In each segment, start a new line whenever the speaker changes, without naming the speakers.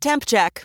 Temp check.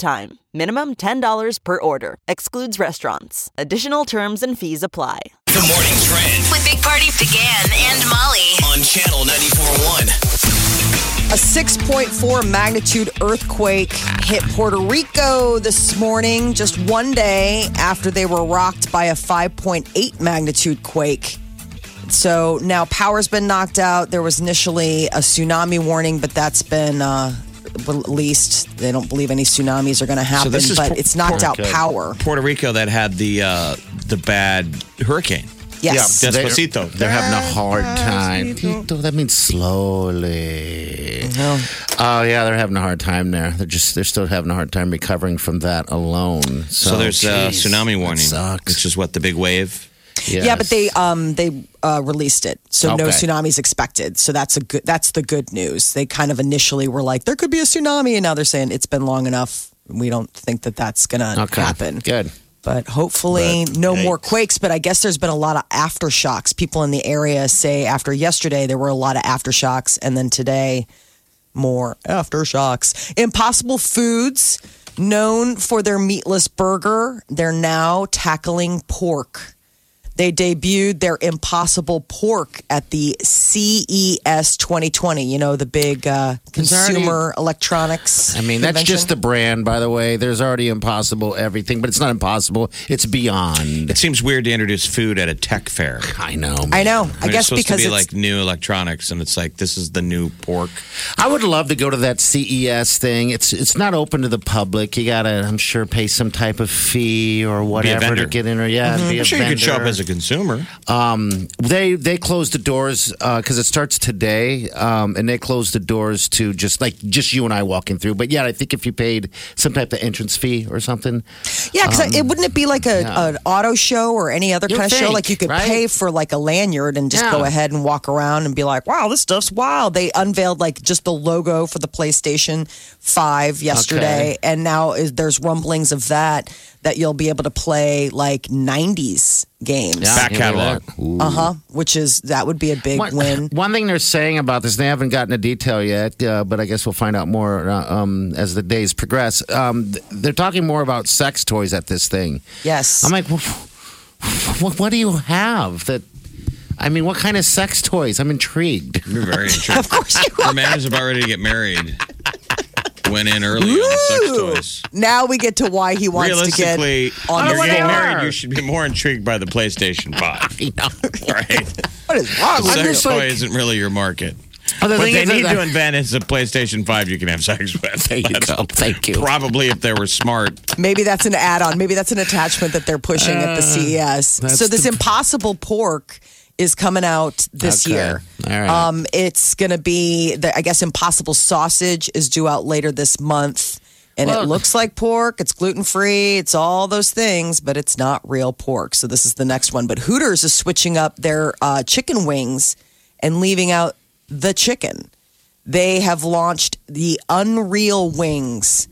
time. Minimum $10 per order. Excludes restaurants. Additional terms and fees apply.
The morning trend
With Big Party began and Molly.
on channel 94.1.
A 6.4 magnitude earthquake hit Puerto Rico this morning, just one day after they were rocked by a 5.8 magnitude quake. So now power's been knocked out. There was initially a tsunami warning, but that's been uh, released. They don't believe any tsunamis are going to happen,
this is
but
Pu-
it's knocked out
Puerto Rico.
power.
Puerto Rico that had the uh, the bad hurricane.
Yes.
Yeah,
Yeah.
that's- Despacito.
They're having a hard time. Despacito, That means slowly. Oh yeah, they're having a hard time there. They're just they're still having a hard time recovering from that alone. So,
Oh,
So there's a
geez,
tsunami
that
warning,
Sucks.
which is what the big wave.
Yeah, but they um they uh, released it, so no
Okay.
tsunamis expected. So that's a good that's the good news. They kind of initially were like there could be a tsunami, and now they're saying it's been long enough. We don't think that that's gonna
Okay.
happen.
Good.
But hopefully, no more
yikes.
quakes. But I guess there's been a lot of aftershocks. People in the area say after yesterday there were a lot of aftershocks, and then today more aftershocks. Impossible Foods, known for their meatless burger, they're now tackling pork. They debuted their Impossible Pork at the E CES 2020. You know the big uh,
already-
consumer electronics.
I mean, that's just the brand, by the way. There's already impossible everything, but it's not impossible. It's beyond.
It seems weird to introduce food at a tech fair.
I know.
I
man.
know. I,
mean,
guess
it's supposed
because
to be like
it's
new electronics, and it's like this is the new pork.
I would love to go to that CES thing. It's it's not open to the public. You gotta, I'm sure, pay some type of fee or whatever
vendor. Mm-hmm.
to get in. Or yeah, be a
I'm sure you could show up
vendor.
as a consumer.
they they closed the doors because it starts today, um, and they closed the doors to just like just you and I walking through. But yeah, I think if you paid some type of entrance fee or something,
Yeah, because it wouldn't it be like a, an auto show or any other
Um, You'd
kind of show?
think,
Like you could
right?
pay for like a lanyard and just
Yeah.
go ahead and walk around and be like, "Wow, this stuff's wild." They unveiled like just the logo for the PlayStation Five yesterday, and now is, there's rumblings of that that you'll be able to play like '90s games.
Yeah,
Back
you can do
catalog.
that.
Uh huh. Which is that would be a big
One,
win.
one thing they're saying about this, they haven't gotten a detail yet, uh, but I guess we'll find out more uh, um, as the days progress. Um, th- they're talking more about sex toys at this thing.
Yes.
I'm like, "Wha- wha- what do you have that? I mean, what kind of sex toys? I'm intrigued.
You're very interesting.
of course you
Her man is about ready to get married. Went in early on the sex toys.
Now we get to why he wants to get
Realistically,
on
you're
the
getting
scale.
married. You should be more intrigued by the PlayStation Five,
You know?
right?
What is wrong with
sex
you?
just like-
toy isn't really your market.
Oh, the
what
thing
they
is
need
that-
to invent is a PlayStation 5 you can have sex with.
There you
That's
go. Thank you.
Probably if they were smart.
Maybe that's an add-on. Maybe that's an attachment that they're pushing at
Uh,
the CES. So this impossible pork is coming out this
Okay.
year.
All right.
Um, it's going to be the I guess impossible sausage is due out later this month. And it
Well-
looks like pork. It's gluten free. It's all those things, but it's not real pork. So this is the next one. But Hooters is switching up their uh, chicken wings and leaving out the chicken they have launched the Unreal Wings,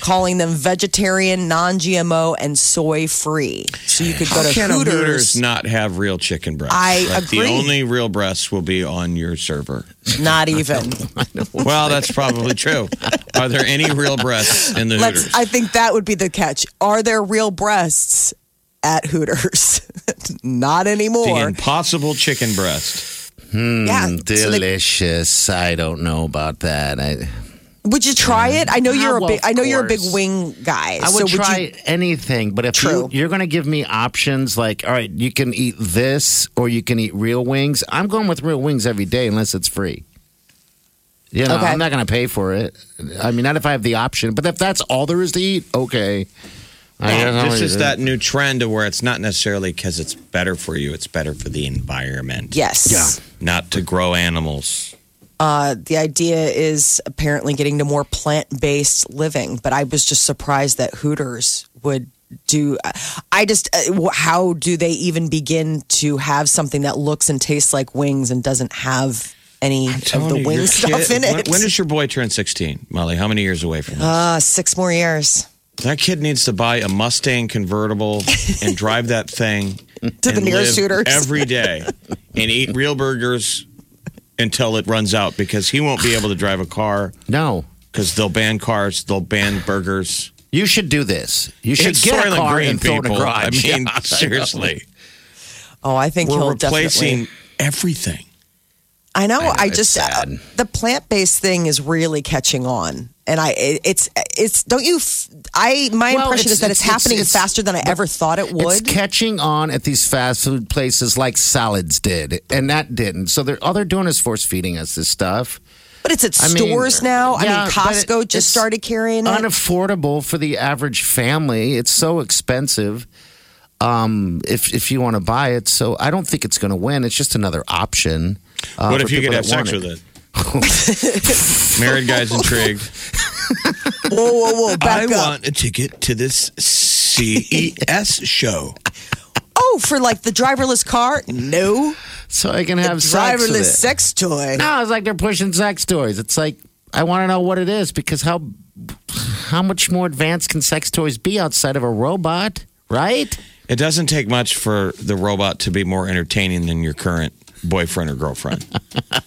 calling them vegetarian, non GMO, and soy free. So you could go to
Can a
Hooters.
Hooters not have real chicken breasts?
I
Like, The
agree.
only real breasts will be on your server.
Not even.
Well, that's probably true. Are there any real breasts in the Hooters?
Let's, I think that would be the catch. Are there real breasts at Hooters? not
the
anymore.
impossible chicken breast.
yeah. so they-
Mm, Delicious. I don't know about that. I,
would you try it? I know
Ah,
you're a
well,
big. I know
of
you're a big
course.
wing guy.
I
so
would try
you,
anything, but if
True.
you, you're going to give me options like, all right, you can eat this or you can eat real wings, I'm going with real wings every day unless it's free. You know,
Okay.
I'm not going to pay for it. I mean, not if I have the option, but if that's all there is to eat, okay. I guess I'm
this
gonna
is
do
that new trend to where it's not necessarily because it's better for you, it's better for the environment.
yes.
Yeah.
Not to grow animals.
Uh, the idea is apparently getting to more plant based living, but I was just surprised that Hooters would do. I just, uh, wh- how do they even begin to have something that looks and tastes like wings and doesn't have any of the
Tony,
wing
your
stuff
kid-
in it?
When, when does your boy turn 16, Molly? How many years away from this?
uh, six more years.
that kid needs to buy a Mustang convertible and drive that thing
To the
and
nearest
live
Hooters.
every day and eat real burgers until it runs out because he won't be able to drive a car
No.
because they'll ban cars, they'll ban burgers.
You should do this. You should
It's
get a
Soylent
car
Green,
and throw it in a
people. I
garage.
mean,
Yeah, know.
seriously,
Oh, I think he'll
we're
definitely.
replacing everything.
I know. I,
know, it's
just uh,
sad.
the plant based thing is really catching on, and I it, it's it's don't you? F- I my
Well,
impression
it's-
is that it's,
it's- it's-
happening
it's-
faster than I ever thought it
It's
would.
catching on at these fast food places like salads did, and that didn't. So they're, all they're doing is force feeding us this stuff.
but it's at
I mean,
stores now. I
yeah,
mean,
but it-
Costco just
it's
started carrying it.
unaffordable for the average family. It's so expensive. Um, if if you want to buy it, so I don't think it's going to win. It's just another option. Uh,
what
for
if you could have
people that
sex
want
with it? Married guys intrigued.
whoa, whoa, whoa! Back
I
up.
want a ticket to this CES show.
oh, for like the driverless car? No,
So I can have sex with
driverless
it.
sex toy.
No, it's like they're pushing sex toys. It's like I want to know what it is because how how much more advanced can sex toys be outside of a robot, right?
It doesn't take much for the robot to be more entertaining than your current boyfriend or girlfriend.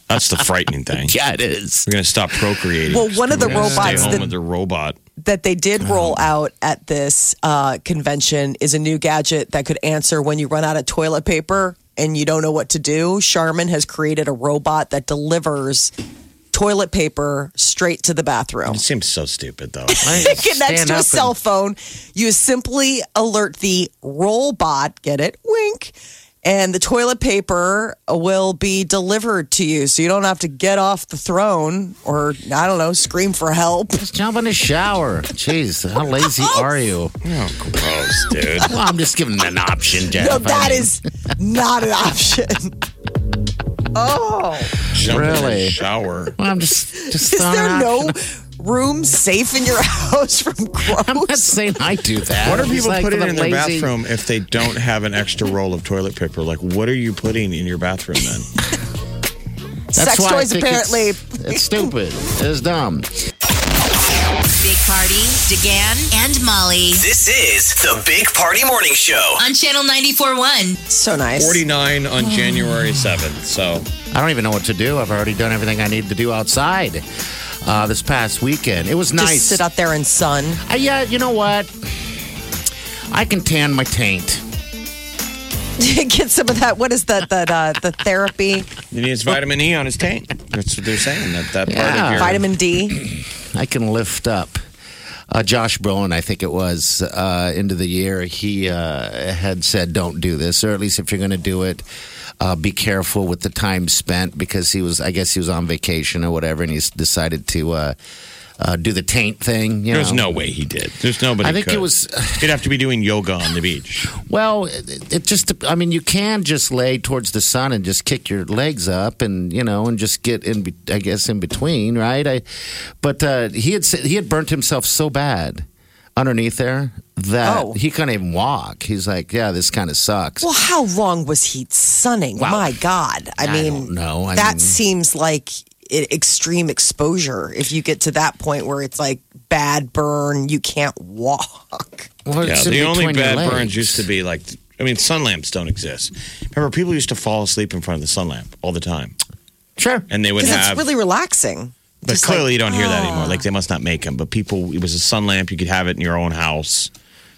That's the frightening thing.
Yeah, it is.
We're going to stop procreating.
Well, one of the
We're gonna
robots
Stay home
that-
with the robot.
that they did roll out at this uh, convention is a new gadget that could answer when you run out of toilet paper and you don't know what to do. Charmin has created a robot that delivers toilet paper straight to the bathroom.
It seems so stupid, though.
It connects to a cell phone. You simply alert the robot, get it, wink, and the toilet paper will be delivered to you. So you don't have to get off the throne or, I don't know, scream for help.
Just jump in the shower. Jeez, how lazy are you?
oh, gross, dude.
Well, I'm just giving an option, Jeff.
No,
I
that
mean,
is not an option. Oh,
Jump in the
Really?
shower.
Well, I'm just just
is
throwing
there
an
no
option.
room safe in your house from
I'm not
gross?
saying I do that.
What are
I'm just
people
like,
putting
for the
in their
lazy-
bathroom if they don't have an extra roll of toilet paper? Like, what are you putting in your bathroom then?
That's
Sex
why I
toys
think it's-
apparently.
it's stupid. It's dumb.
Big Party, DeGan, and Molly
This is the Big Party Morning Show.
on Channel 94.1.
So nice.
49 on January 7th. So,
I don't even know what to do. I've already done everything I need to do outside uh, this past weekend. It was
Just
nice.
sit out there and sun.
Uh, yeah, you know what? I can tan my taint.
Get some of that. What is that? That uh, the therapy,
he needs vitamin E on his tank. That's what they're saying. That, that part of
Yeah.
your
vitamin D.
I can lift up. Uh, Josh Brolin, I think it was, uh, end of the year, he uh, had said, don't do this, or at least if you're going to do it, uh, be careful with the time spent because he was, I guess he was on vacation or whatever, and he's decided to uh, uh, do the taint thing. You
There's
know?
no way he did. There's nobody.
E. I think
could.
it was- uh,
He'd have to be doing yoga on the beach.
Well, it, it just, I mean, you can just lay towards the sun and just kick your legs up and, you know, and just get in, be- I guess, in between, right? I, but uh, he had said- he had burnt himself so bad underneath there that
Oh.
he couldn't even walk. He's like, yeah, this kind of sucks.
Well, how long was he sunning?
Wow.
My God. I,
I
mean,
don't know. I
that
mean-
seems like i- extreme exposure if you get to that point where it's like bad burn, you can't walk.
Well,
yeah,
it's in
the only
between your
bad burns
legs.
used to be like, I mean, sun lamps don't exist. Remember, people used to fall asleep in front of the sun lamp all the time,
Sure.
and they would
Because
have.
it's really relaxing.
but
Just
clearly,
like,
you don't hear that
oh.
anymore. Like they must not make them. But people, it was a sun lamp. You could have it in your own house,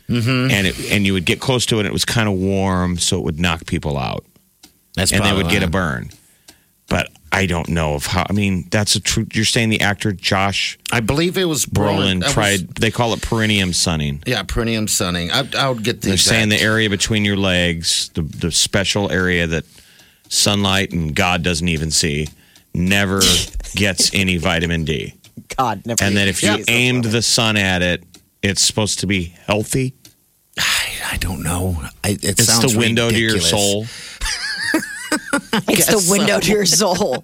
Mm-hmm.
and it, and you would get close to it. and It was kind of warm, so it would knock people out,
That's
and they
probably
would get a
why.
burn. But I don't know if how. I mean, that's a true. You're saying the actor Josh
I believe it was Brolin.
Brolin
I was-
tried. they call it perineum sunning.
yeah, perineum sunning. I, I would get the.
They're saying the
exact-
area between your legs, the, the special area that sunlight and God doesn't even see, never gets any vitamin D.
God, never.
And then if you
Jesus.
aimed the sun at it, it's supposed to be healthy.
I, I don't know. I, it
It's
sounds
the window to your
ridiculous.
soul.
it's the window to your soul.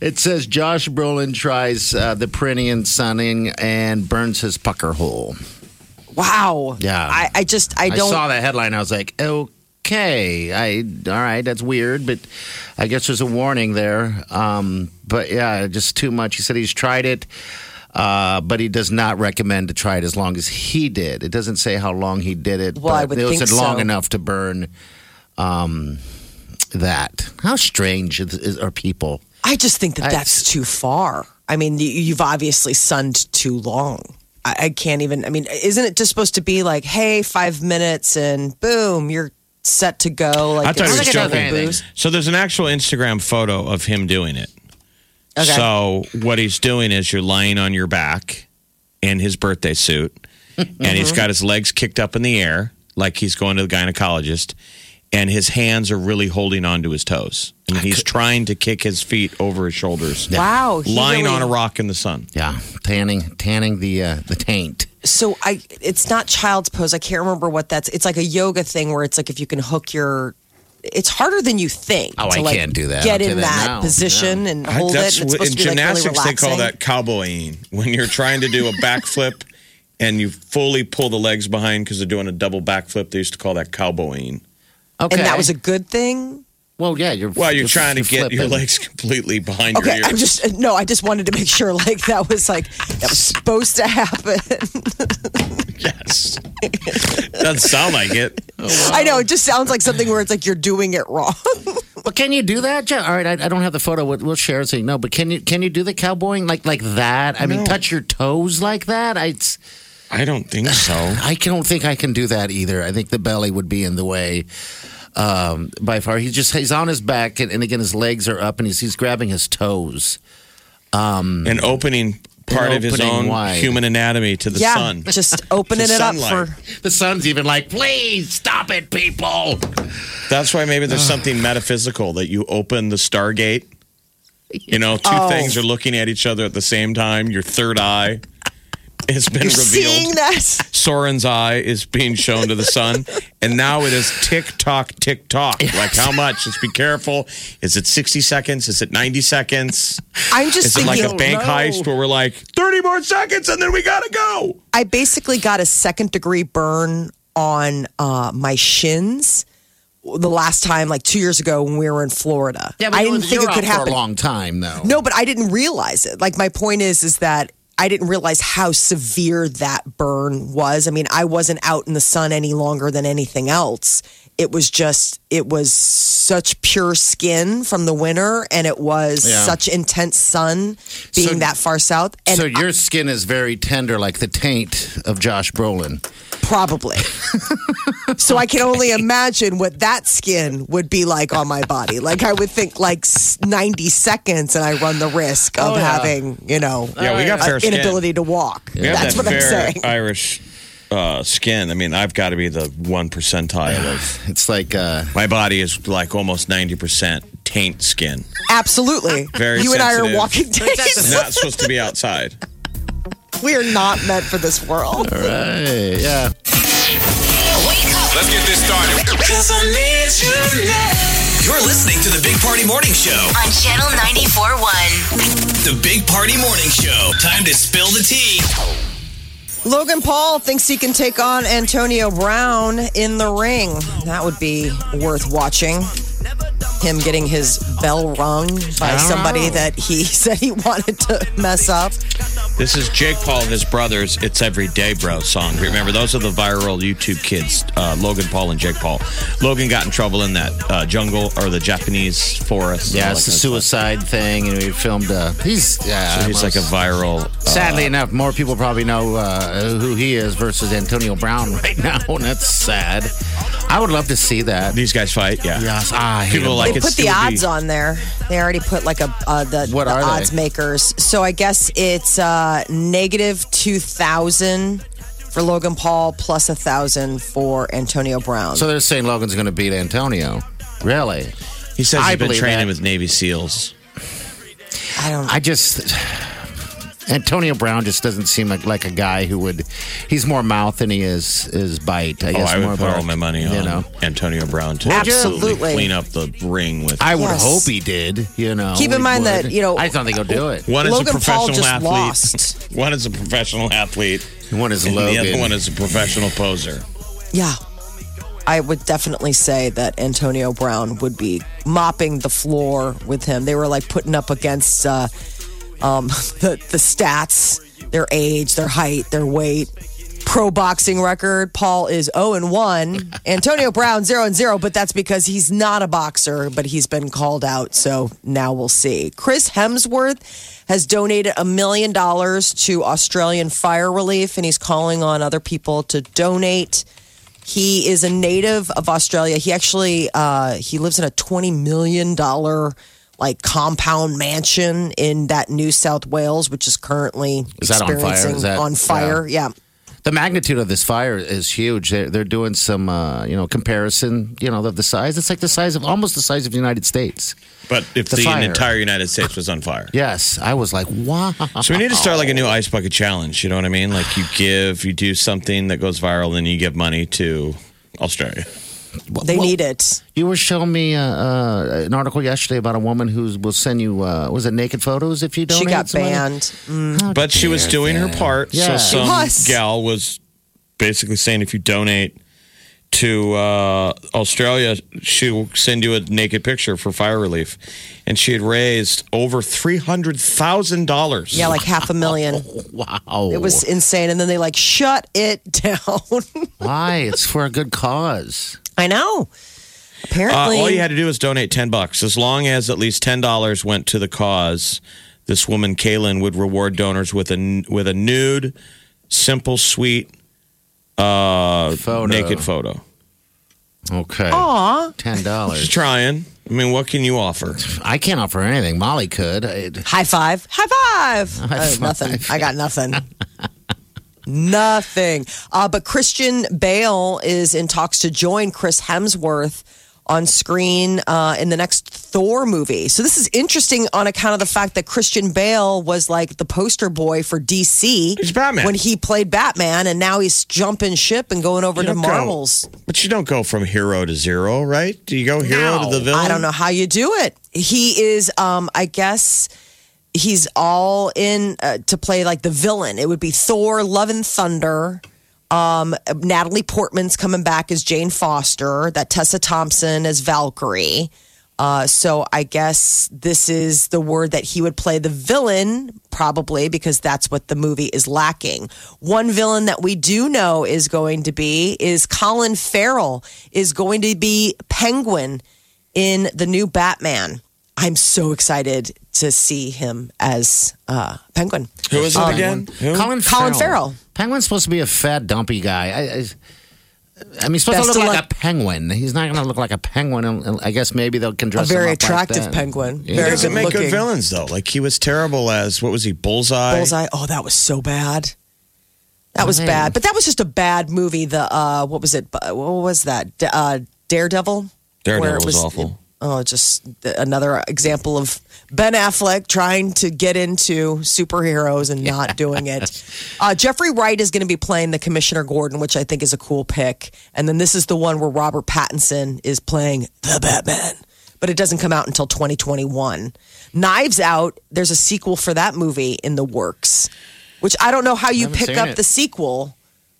It says Josh Brolin tries uh, the Prinian sunning and burns his pucker hole.
Wow.
Yeah.
I, I just I
I,
don't
saw that headline. I was like, okay, I all right, that's weird, but I guess there's a warning there. Um, but yeah, just too much. He said he's tried it, uh, but he does not recommend to try it as long as he did. It doesn't say how long he did it.
Well,
but
I would
it
think
said long
so.
enough to burn um, that. How strange is, is, are people?
I just think that
I-
that's too far. I mean, you- you've obviously sunned too long. I, I can't even. I mean, isn't it just supposed to be like, hey, five minutes and boom, you're set to go? Like,
I thought he was
it's
think it does
joking.
anything.
So there's an actual Instagram photo of him doing it.
Okay.
So what he's doing is you're lying on your back in his birthday suit, and
Mm-hmm.
he's got his legs kicked up in the air like he's going to the gynecologist, and his hands are really holding onto his toes, and he's trying to kick his feet over his shoulders.
Wow, he
lying
really-
on a rock in the sun.
Yeah, tanning, tanning the uh, the taint.
so I it's not child's pose. I can't remember what that's. It's like a yoga thing where it's like if you can hook your. It's harder than you think.
Oh,
to
I
like
can't do that.
Get
I'll
in
do that
that
now.
position and hold it.
That's
And it's
what- in
supposed to be like really
gymnastics
relaxing.
they call that cowboying when you're trying to do a backflip and you fully pull the legs behind because they're doing a double backflip. They used to call that cowboying.
Okay.
And that was a good thing.
well, yeah. You're
Well, you're, trying to
you're
get your
flipping.
legs completely behind
Okay,
your
I'm
ears.
just uh, no. I just wanted to make sure, like that was like that was supposed to happen.
yes. Doesn't sound like it.
I know it just sounds like something where it's like you're doing it wrong.
Well, can you do that? Jo- All right, I, I don't have the photo. We'll, we'll share it so you know. But can you can you do the cowboying like like that? I mean, touch your toes like that. I it's-
I don't think so.
I don't think I can do that either. I think the belly would be in the way um, by far. He's just he's on his back, and, and again, his legs are up, and he's he's grabbing his toes.
Mm.
An opening part of his
opening
own
wide.
human anatomy to the
yeah,
sun.
just opening
To
it up
sunlight.
for.
The son's even like, please stop it, people.
That's why maybe there's something metaphysical that you open the Stargate. You know, two
Oh.
things are looking at each other at the same time. Your third eye has been
You're
revealed.
seeing that.
Soren's eye is being shown to the sun, and now it is tick tock, tick tock. Like how much? Just be careful. Is it sixty seconds? Is it ninety seconds?
I'm just
Is it like
thinking.
a bank
know.
heist where we're like thirty more seconds and then we gotta go?
I basically got a second degree burn on uh, my shins the last time, like two years ago when we were in Florida.
Yeah, but
I
you-
didn't think
you're
it could
out for
happen.
a long time though.
No, but I didn't realize it. Like my point is, is that I didn't realize how severe that burn was. I mean, I wasn't out in the sun any longer than anything else. It was just, it was such pure skin from the winter, and it was
Yeah.
such intense sun being
So-
that far south, and
so your skin is very tender, like the taint of Josh Brolin.
probably. so I can only imagine what that skin would be like on my body. Like I would think, like s- ninety seconds, and I run the risk of
Oh, yeah.
having, you know,
Yeah, we got
uh,
fair skin.
inability to walk.
We have
That's
that
what I'm
fair
saying.
Irish uh, skin. I mean, I've got to be the one percentile of
It's like uh,
my body is like almost ninety percent taint skin.
Absolutely.
Very
you and I
sensitive.
are walking days.
Not supposed to be outside.
we are not meant for this world.
hey, yeah.
Let's get this started.
You're listening to the Big Party Morning Show.
on Channel 94.1.
The Big Party Morning Show. Time to spill the tea.
Logan Paul thinks he can take on Antonio Brown in the ring. That would be worth watching. Him getting his bell rung by somebody that he said he wanted to mess up.
This is Jake Paul and his brothers. It's every day, bro. Song. Remember, those are the viral YouTube kids, uh, Logan Paul and Jake Paul. Logan got in trouble in that uh, jungle or the Japanese forest.
Yeah,
All
it's
that
the
kind of
suicide thing, and we filmed. Uh, he's yeah,
stuff. He's like a viral. Uh,
Sadly enough, more people probably know uh, who he is versus Antonio Brown right now, and that's sad. I would love to see that.
these guys fight. Yeah.
Yes, ah, I hate
People
him.
like
They
it's
put the
it would
odds
be-
on there. They already put like a uh, the,
What
the
are they?
odds makers. So I guess it's uh, negative two thousand for Logan Paul, plus a thousand for Antonio Brown.
So they're saying Logan's going to beat Antonio. Really?
He says
I
he's been
believe
training
that.
with Navy SEALs.
I don't.
I just. Antonio Brown just doesn't seem like, like a guy who would. He's more mouth than he is is bite. I
Oh,
guess
I
more
would put
bark,
all my money
you
on
know.
Antonio Brown to
Absolutely.
clean up the ring with.
I would
Yes.
hope he did. You know.
Keep in
he
mind that, you know,
I don't think he'll do it.
one is a
Logan
professional
Paul just
athlete.
lost.
one is a professional athlete.
One is
and
Logan.
The other one is a professional poser.
Yeah. I would definitely say that Antonio Brown would be mopping the floor with him. They were like putting up against uh, um, the, the stats, their age, their height, their weight. Pro boxing record. Paul is 0 and 1. Antonio Brown 0 and 0, but that's because he's not a boxer, but he's been called out. So now we'll see. Chris Hemsworth has donated a million dollars to Australian fire relief, and he's calling on other people to donate. He is a native of Australia. He actually uh, he lives in a twenty million dollar like compound mansion in that New South Wales, which is currently
Is that on fire?
experiencing
Is that-
on fire. Yeah.
the magnitude of this fire is huge. They're, they're doing some, uh, you know, comparison. You know, of the size. It's like the size of almost the size of the United States.
But if
The
the,
fire.
entire United States was on fire.
Yes, I was like, wow.
So we need to start like a
Oh.
new ice bucket challenge. You know what I mean? Like you give, you do something that goes viral, and you give money to Australia.
They
Well,
need it.
You were showing me uh, uh, an article yesterday about a woman who will send you uh, was it naked photos if you don't.
She got banned.
But she was doing her part.
Oh, Yeah. She
So some
was.
gal was basically saying if you donate to uh, Australia, she will send you a naked picture for fire relief. And she had raised over $300,000.
Yeah, like half a million.
Wow,
It was insane. And then they like shut it down.
why? It's for a good cause.
I know.
Uh,
Apparently,
all you had to do was donate 10 bucks. As long as at least $10 went to the cause, this woman, Kaylin, would reward donors with a, with a nude, simple, sweet, uh,
Photo.
naked photo.
Okay, ten
She's
dollars.
trying. I mean, what can you offer?
I can't offer anything. Molly could. I,
high five, high five. Uh, nothing. I got nothing. nothing. Uh, but Christian Bale is in talks to join Chris Hemsworth on screen uh, in the next Thor movie. So this is interesting on account of the fact that Christian Bale was like the poster boy for DC
He's Batman.
when he played Batman, and now he's jumping ship and going over
You
to
don't go-
Marvel's.
But you don't go from hero to zero, right? Do you go hero to the villain?
I don't know how you do it. He is, um, I guess, he's all in uh, to play like the villain. It would be Thor, Love and Thunder. Um, Natalie Portman's coming back as Jane Foster. That Tessa Thompson as Valkyrie. Uh, so I guess this is the word that he would play the villain, probably because that's what the movie is lacking. One villain that we do know is going to be is Colin Farrell is going to be Penguin in the new Batman. I'm so excited to see him as uh, Penguin.
Who is it again? Who?
Colin
Colin Farrell.
Penguin's supposed to be a fat, dumpy guy. I, I, I mean, he's supposed
Best
to
of
look like
luck.
a penguin. He's not going to look like a penguin. and I guess maybe they'll can dress
A very
him up like
attractive
that.
penguin.
Yeah.
Very
doesn't make
looking.
good villains though. Like he was terrible as what was he? Bullseye.
Bullseye. Oh, that was so bad. That was
Man.
bad. But that was just a bad movie. The uh, what was it? What was that? D- uh, Daredevil.
Daredevil
Where it
was awful.
oh, just th- another example of Ben Affleck trying to get into superheroes and not doing it. Uh, Jeffrey Wright is going to be playing the Commissioner Gordon, which I think is a cool pick. And then this is the one where Robert Pattinson is playing the Batman. But it doesn't come out until 2021. Knives Out, there's a sequel for that movie in the works, which I don't know how you
Haven't
pick
seen
up
it.
the sequel.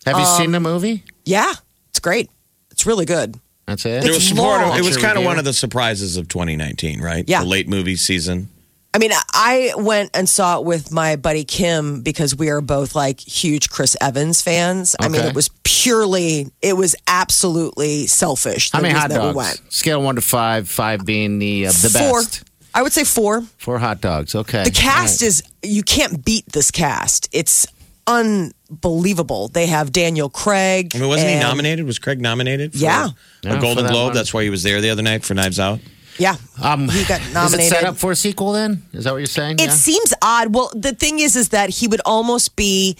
Have you
Um,
seen the movie?
Yeah, it's great. It's really good.
That's it.
It was part of-
long.
It was kind of
Review.
one of the surprises of 2019, right?
Yeah.
The late movie season.
I mean, I went and saw it with my buddy Kim because we are both like huge Chris Evans fans. I mean,
Okay.
it was purely, it was absolutely selfish. The
How many
reason
hot
that
dogs?
we went.
Scale one to five, five being the uh, the
four.
best.
I would say four.
Four hot dogs. Okay.
The cast is, you can't beat this cast. It's unbelievable. They have Daniel Craig.
I mean, wasn't
and-
he nominated? Was Craig nominated? For
Yeah.
A
Yeah,
Golden
for that
Globe.
one.
That's why he was there the other night for Knives Out.
Yeah.
Um,
he got
Is
nominated.
it set up for a sequel? Then is that what you're saying?
It seems odd. Well, the thing is, is that he would almost be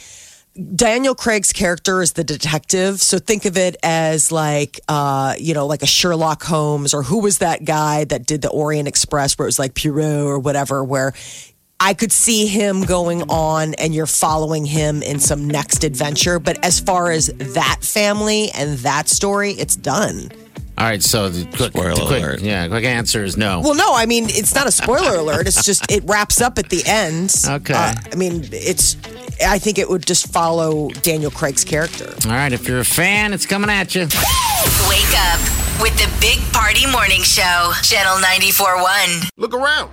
Daniel Craig's character is the detective. So think of it as like, uh, you know, like a Sherlock Holmes or who was that guy that did the Orient Express where it was like Pierrot or whatever, where I could see him going on and you're following him in some next adventure. But as far as that family and that story, it's done.
All right, so the quick,
Spoiler
the quick-
alert.
yeah, quick answer is no.
Well, no, I mean, it's not a spoiler alert. It's just, it wraps up at the end. Uh,
Okay.
I mean, it's, I think it would just follow Daniel Craig's character.
All right, if you're a fan, it's coming at you.
Wake up with the Big Party Morning Show, Channel 94.1.
Look around.